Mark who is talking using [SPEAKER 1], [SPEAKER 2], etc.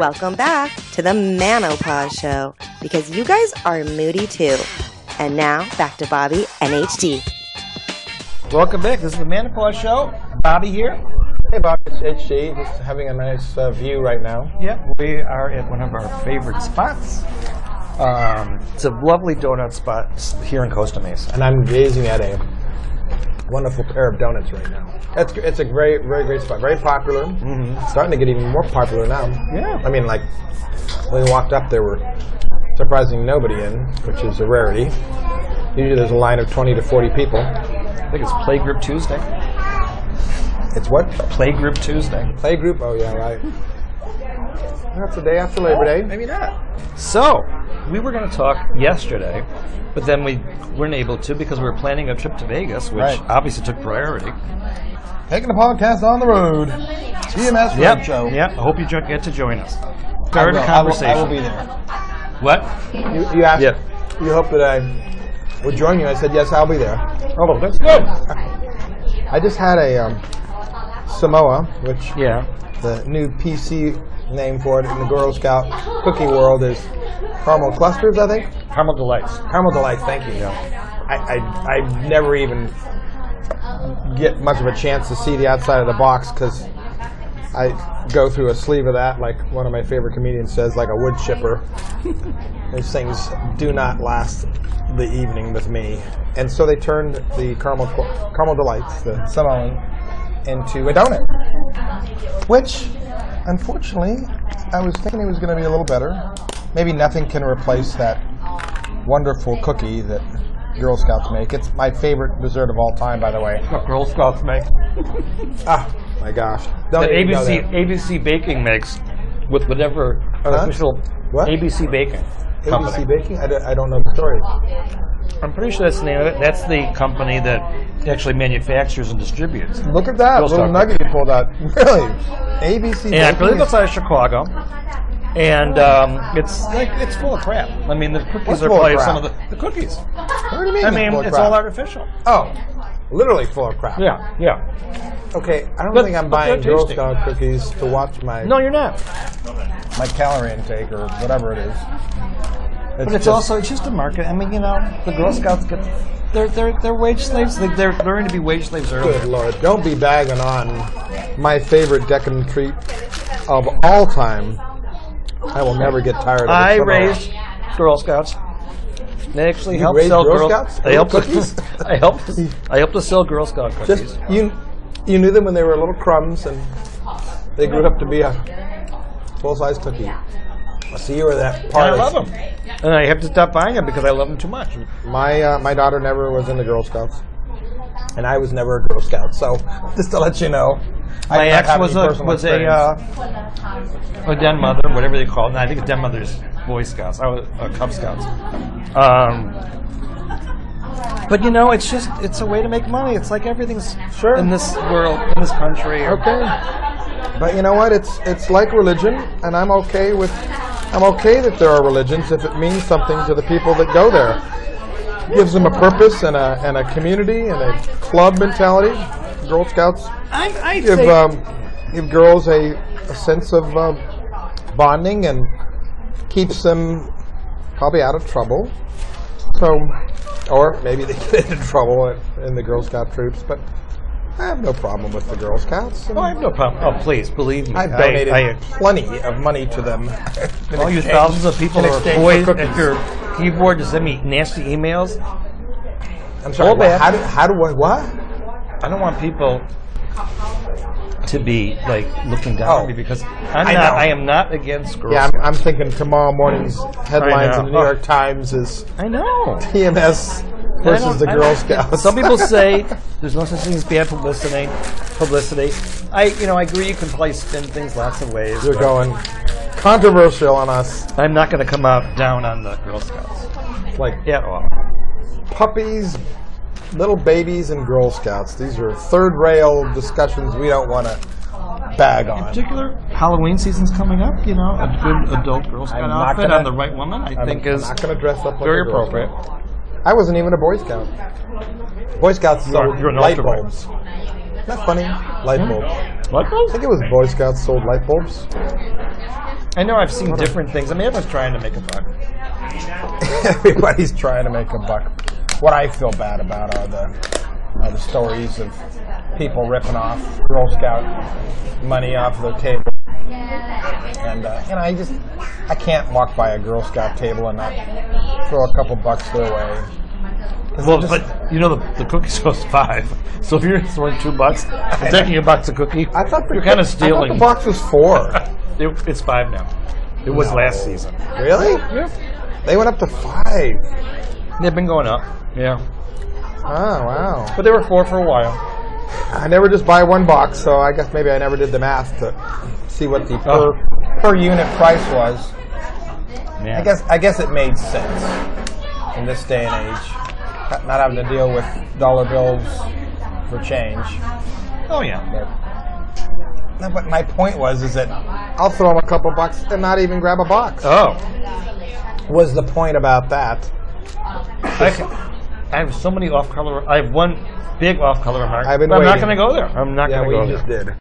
[SPEAKER 1] Welcome back to the Manopause Show because you guys are moody too. And now back to Bobby and HD.
[SPEAKER 2] Welcome back. This is the Manopause Show. Bobby here.
[SPEAKER 3] Hey Bob, it's HG. Just having a nice uh, view right now.
[SPEAKER 2] Yeah, we are at one of our favorite spots. Um, it's a lovely donut spot here in Costa Mesa.
[SPEAKER 3] And I'm gazing at a wonderful pair of donuts right now. That's gr- it's a great, very great spot. Very popular. mm Starting to get even more popular now.
[SPEAKER 2] Yeah.
[SPEAKER 3] I mean, like when we walked up, there were surprising nobody in, which is a rarity. Usually there's a line of 20 to 40 people.
[SPEAKER 2] I think it's Playgroup Tuesday.
[SPEAKER 3] It's what
[SPEAKER 2] Playgroup Tuesday.
[SPEAKER 3] play group? Oh yeah, right. That's the day after Labor Day.
[SPEAKER 2] Maybe not. So, we were going to talk yesterday, but then we weren't able to because we were planning a trip to Vegas, which
[SPEAKER 3] Right.
[SPEAKER 2] obviously took priority.
[SPEAKER 3] Taking the podcast on the road. TMS Road
[SPEAKER 2] Yep.
[SPEAKER 3] Show.
[SPEAKER 2] Yep. I hope you jo- get to join us.
[SPEAKER 3] I
[SPEAKER 2] Third
[SPEAKER 3] will- I will-
[SPEAKER 2] conversation.
[SPEAKER 3] I will be there.
[SPEAKER 2] What?
[SPEAKER 3] You, you asked.
[SPEAKER 2] Yeah.
[SPEAKER 3] You hope that I would join you. I said yes. I'll be there. Oh, that's good. I just had a um, Samoa, which
[SPEAKER 2] Yeah.
[SPEAKER 3] the new PC name for it in the Girl Scout cookie world is caramel clusters. I think
[SPEAKER 2] Caramel delights.
[SPEAKER 3] caramel delights. Thank you. I, I I never even get much of a chance to see the outside of the box because. I go through a sleeve of that, like one of my favorite comedians says, like a wood chipper. Those things do not last the evening with me. And so they turned the caramel caramel delights, the Samoan, into a donut, which, unfortunately, I was thinking it was going to be a little better. Maybe nothing can replace that wonderful cookie that Girl Scouts make. It's my favorite dessert of all time, by the way.
[SPEAKER 2] Girl Scouts make.
[SPEAKER 3] Ah, my gosh! Don't
[SPEAKER 2] That
[SPEAKER 3] even go
[SPEAKER 2] ABC
[SPEAKER 3] there.
[SPEAKER 2] ABC Baking makes with whatever artificial
[SPEAKER 3] What?
[SPEAKER 2] ABC Baking company.
[SPEAKER 3] ABC Baking? I don't, I don't know the story.
[SPEAKER 2] I'm pretty sure that's the name of it. That's the company that actually manufactures and distributes.
[SPEAKER 3] Look at that
[SPEAKER 2] Girl
[SPEAKER 3] little
[SPEAKER 2] Scout
[SPEAKER 3] nugget you pulled out. Really? ABC
[SPEAKER 2] And I believe
[SPEAKER 3] Baking
[SPEAKER 2] it's
[SPEAKER 3] is-
[SPEAKER 2] out of Chicago. And um, it's like it's full of crap. I mean, the cookies
[SPEAKER 3] What's
[SPEAKER 2] are
[SPEAKER 3] full
[SPEAKER 2] probably
[SPEAKER 3] of crap?
[SPEAKER 2] some of the, the cookies.
[SPEAKER 3] What do you mean?
[SPEAKER 2] I mean,
[SPEAKER 3] full of
[SPEAKER 2] it's
[SPEAKER 3] crap?
[SPEAKER 2] all artificial.
[SPEAKER 3] Oh, literally full of crap.
[SPEAKER 2] Yeah, yeah.
[SPEAKER 3] Okay, I don't
[SPEAKER 2] But-
[SPEAKER 3] think I'm
[SPEAKER 2] but they're
[SPEAKER 3] buying Girl
[SPEAKER 2] tasty.
[SPEAKER 3] Scout cookies to watch my
[SPEAKER 2] No, you're not.
[SPEAKER 3] my calorie intake or whatever it is.
[SPEAKER 2] But it's
[SPEAKER 3] just-
[SPEAKER 2] also it's just a market. I mean, you know, the Girl Scouts get they're they're they're wage slaves. They, they're learning to be wage slaves earlier.
[SPEAKER 3] Good lord, don't be bagging on my favorite Deccan treat of all time. I will never get tired of it.
[SPEAKER 2] I
[SPEAKER 3] somehow.
[SPEAKER 2] raised Girl Scouts. They actually
[SPEAKER 3] uh, You
[SPEAKER 2] helped
[SPEAKER 3] raised
[SPEAKER 2] sell
[SPEAKER 3] Girl
[SPEAKER 2] Girl
[SPEAKER 3] Scouts?
[SPEAKER 2] They helped.
[SPEAKER 3] Cookies?
[SPEAKER 2] I helped. I helped to sell Girl Scout cookies.
[SPEAKER 3] just you you knew them when they were little crumbs and they grew up to be a full size cookie. I see you were that
[SPEAKER 2] and I
[SPEAKER 3] part.
[SPEAKER 2] love them, and I have to stop buying them because I love them too much.
[SPEAKER 3] My uh, my daughter never was in the Girl Scouts, and I was never a Girl Scout. So just to let you know,
[SPEAKER 2] My
[SPEAKER 3] I
[SPEAKER 2] ex was a was a uh, a den mother, whatever they call it. And I think den mothers, Boy Scouts, I was, uh, Cub Scouts. Um, but you know, it's just it's a way to make money. It's like everything's
[SPEAKER 3] Sure.
[SPEAKER 2] in this world, in this country. or-
[SPEAKER 3] okay. But you know what? It's it's like religion, and I'm okay with I'm okay that there are religions if it means something to the people that go there. Gives them a purpose and a and a community and a club mentality. Girl Scouts
[SPEAKER 2] I, I
[SPEAKER 3] give
[SPEAKER 2] think-
[SPEAKER 3] um, give girls a, a sense of um, bonding and keeps them probably out of trouble. So, or maybe they get into trouble in- in the Girl Scout troops, but I have no problem with the Girl Scouts.
[SPEAKER 2] Oh, I have no problem. Oh, please believe me.
[SPEAKER 3] I've
[SPEAKER 2] I-
[SPEAKER 3] donated
[SPEAKER 2] I-
[SPEAKER 3] plenty of money to them.
[SPEAKER 2] all you thousands of people
[SPEAKER 3] in
[SPEAKER 2] who are
[SPEAKER 3] exchange for
[SPEAKER 2] poised
[SPEAKER 3] cookies.
[SPEAKER 2] at your keyboard to send me nasty emails.
[SPEAKER 3] I'm sorry.
[SPEAKER 2] all
[SPEAKER 3] what-
[SPEAKER 2] bad.
[SPEAKER 3] how, do, how do I what?
[SPEAKER 2] I don't want people to be like looking down
[SPEAKER 3] Oh.
[SPEAKER 2] on me because I'm
[SPEAKER 3] I
[SPEAKER 2] not.
[SPEAKER 3] know.
[SPEAKER 2] I am not against girls.
[SPEAKER 3] Yeah, I'm, I'm thinking tomorrow morning's headlines in the New
[SPEAKER 2] know.
[SPEAKER 3] York Times is
[SPEAKER 2] I know.
[SPEAKER 3] TMS
[SPEAKER 2] I don't-
[SPEAKER 3] versus the
[SPEAKER 2] I
[SPEAKER 3] Girl
[SPEAKER 2] don't-
[SPEAKER 3] Scouts.
[SPEAKER 2] Some people say there's no such thing as bad publicity. Publicity. I, you know, I agree. You can probably spin things lots of ways.
[SPEAKER 3] You're
[SPEAKER 2] but
[SPEAKER 3] going controversial on us.
[SPEAKER 2] I'm not going to come out down on the Girl Scouts
[SPEAKER 3] Like
[SPEAKER 2] at all.
[SPEAKER 3] puppies, little babies, and Girl Scouts. These are third rail discussions we don't want to bag on.
[SPEAKER 2] particular Halloween season's coming up, you know, a good adult Girl Scout
[SPEAKER 3] I'm not
[SPEAKER 2] outfit
[SPEAKER 3] gonna-
[SPEAKER 2] on the right woman, I think
[SPEAKER 3] I'm
[SPEAKER 2] is
[SPEAKER 3] not going to dress up like
[SPEAKER 2] very
[SPEAKER 3] a Girl
[SPEAKER 2] appropriate.
[SPEAKER 3] Scout. I wasn't even a Boy Scout. Boy Scouts sold
[SPEAKER 2] you're an
[SPEAKER 3] light
[SPEAKER 2] ultra-right.
[SPEAKER 3] bulbs. Not funny. Light bulbs. I
[SPEAKER 2] What?
[SPEAKER 3] think it was Boy Scouts sold light bulbs.
[SPEAKER 2] I know I've seen different things. I mean, everyone's trying to make a buck.
[SPEAKER 3] Everybody's trying to make a buck. What I feel bad about are the are the stories of people ripping off Girl Scout money off the table. And uh, you know, I just I can't walk by a Girl Scout table and not throw a couple bucks their way. 'Cause
[SPEAKER 2] Well,
[SPEAKER 3] just-
[SPEAKER 2] but you know the, the cookie's cost five. So if you're throwing two bucks, and taking a box of cookie,
[SPEAKER 3] I thought the,
[SPEAKER 2] you're kind
[SPEAKER 3] I
[SPEAKER 2] of
[SPEAKER 3] thought
[SPEAKER 2] stealing.
[SPEAKER 3] the box was four.
[SPEAKER 2] It- it's five now. It was last season.
[SPEAKER 3] really? They went up to five.
[SPEAKER 2] They've been going up. Yeah,
[SPEAKER 3] Oh wow!
[SPEAKER 2] but they were four for a while.
[SPEAKER 3] I never just buy one box, so I guess maybe I never did the math to see what the per
[SPEAKER 2] Oh.
[SPEAKER 3] per unit price was.
[SPEAKER 2] Yeah.
[SPEAKER 3] I guess I guess it made sense in this day and age, not not having to deal with dollar bills for change.
[SPEAKER 2] Oh yeah.
[SPEAKER 3] But, no, but my point was is that I'll throw them a couple bucks and not even grab a box.
[SPEAKER 2] Oh,
[SPEAKER 3] Was the point about that?
[SPEAKER 2] I, ca- I have so many off color. I have one big off color remark.
[SPEAKER 3] I've been
[SPEAKER 2] but I'm not
[SPEAKER 3] waiting.
[SPEAKER 2] going to go there. I'm not
[SPEAKER 3] yeah,
[SPEAKER 2] going
[SPEAKER 3] we
[SPEAKER 2] to go
[SPEAKER 3] just
[SPEAKER 2] there.
[SPEAKER 3] did.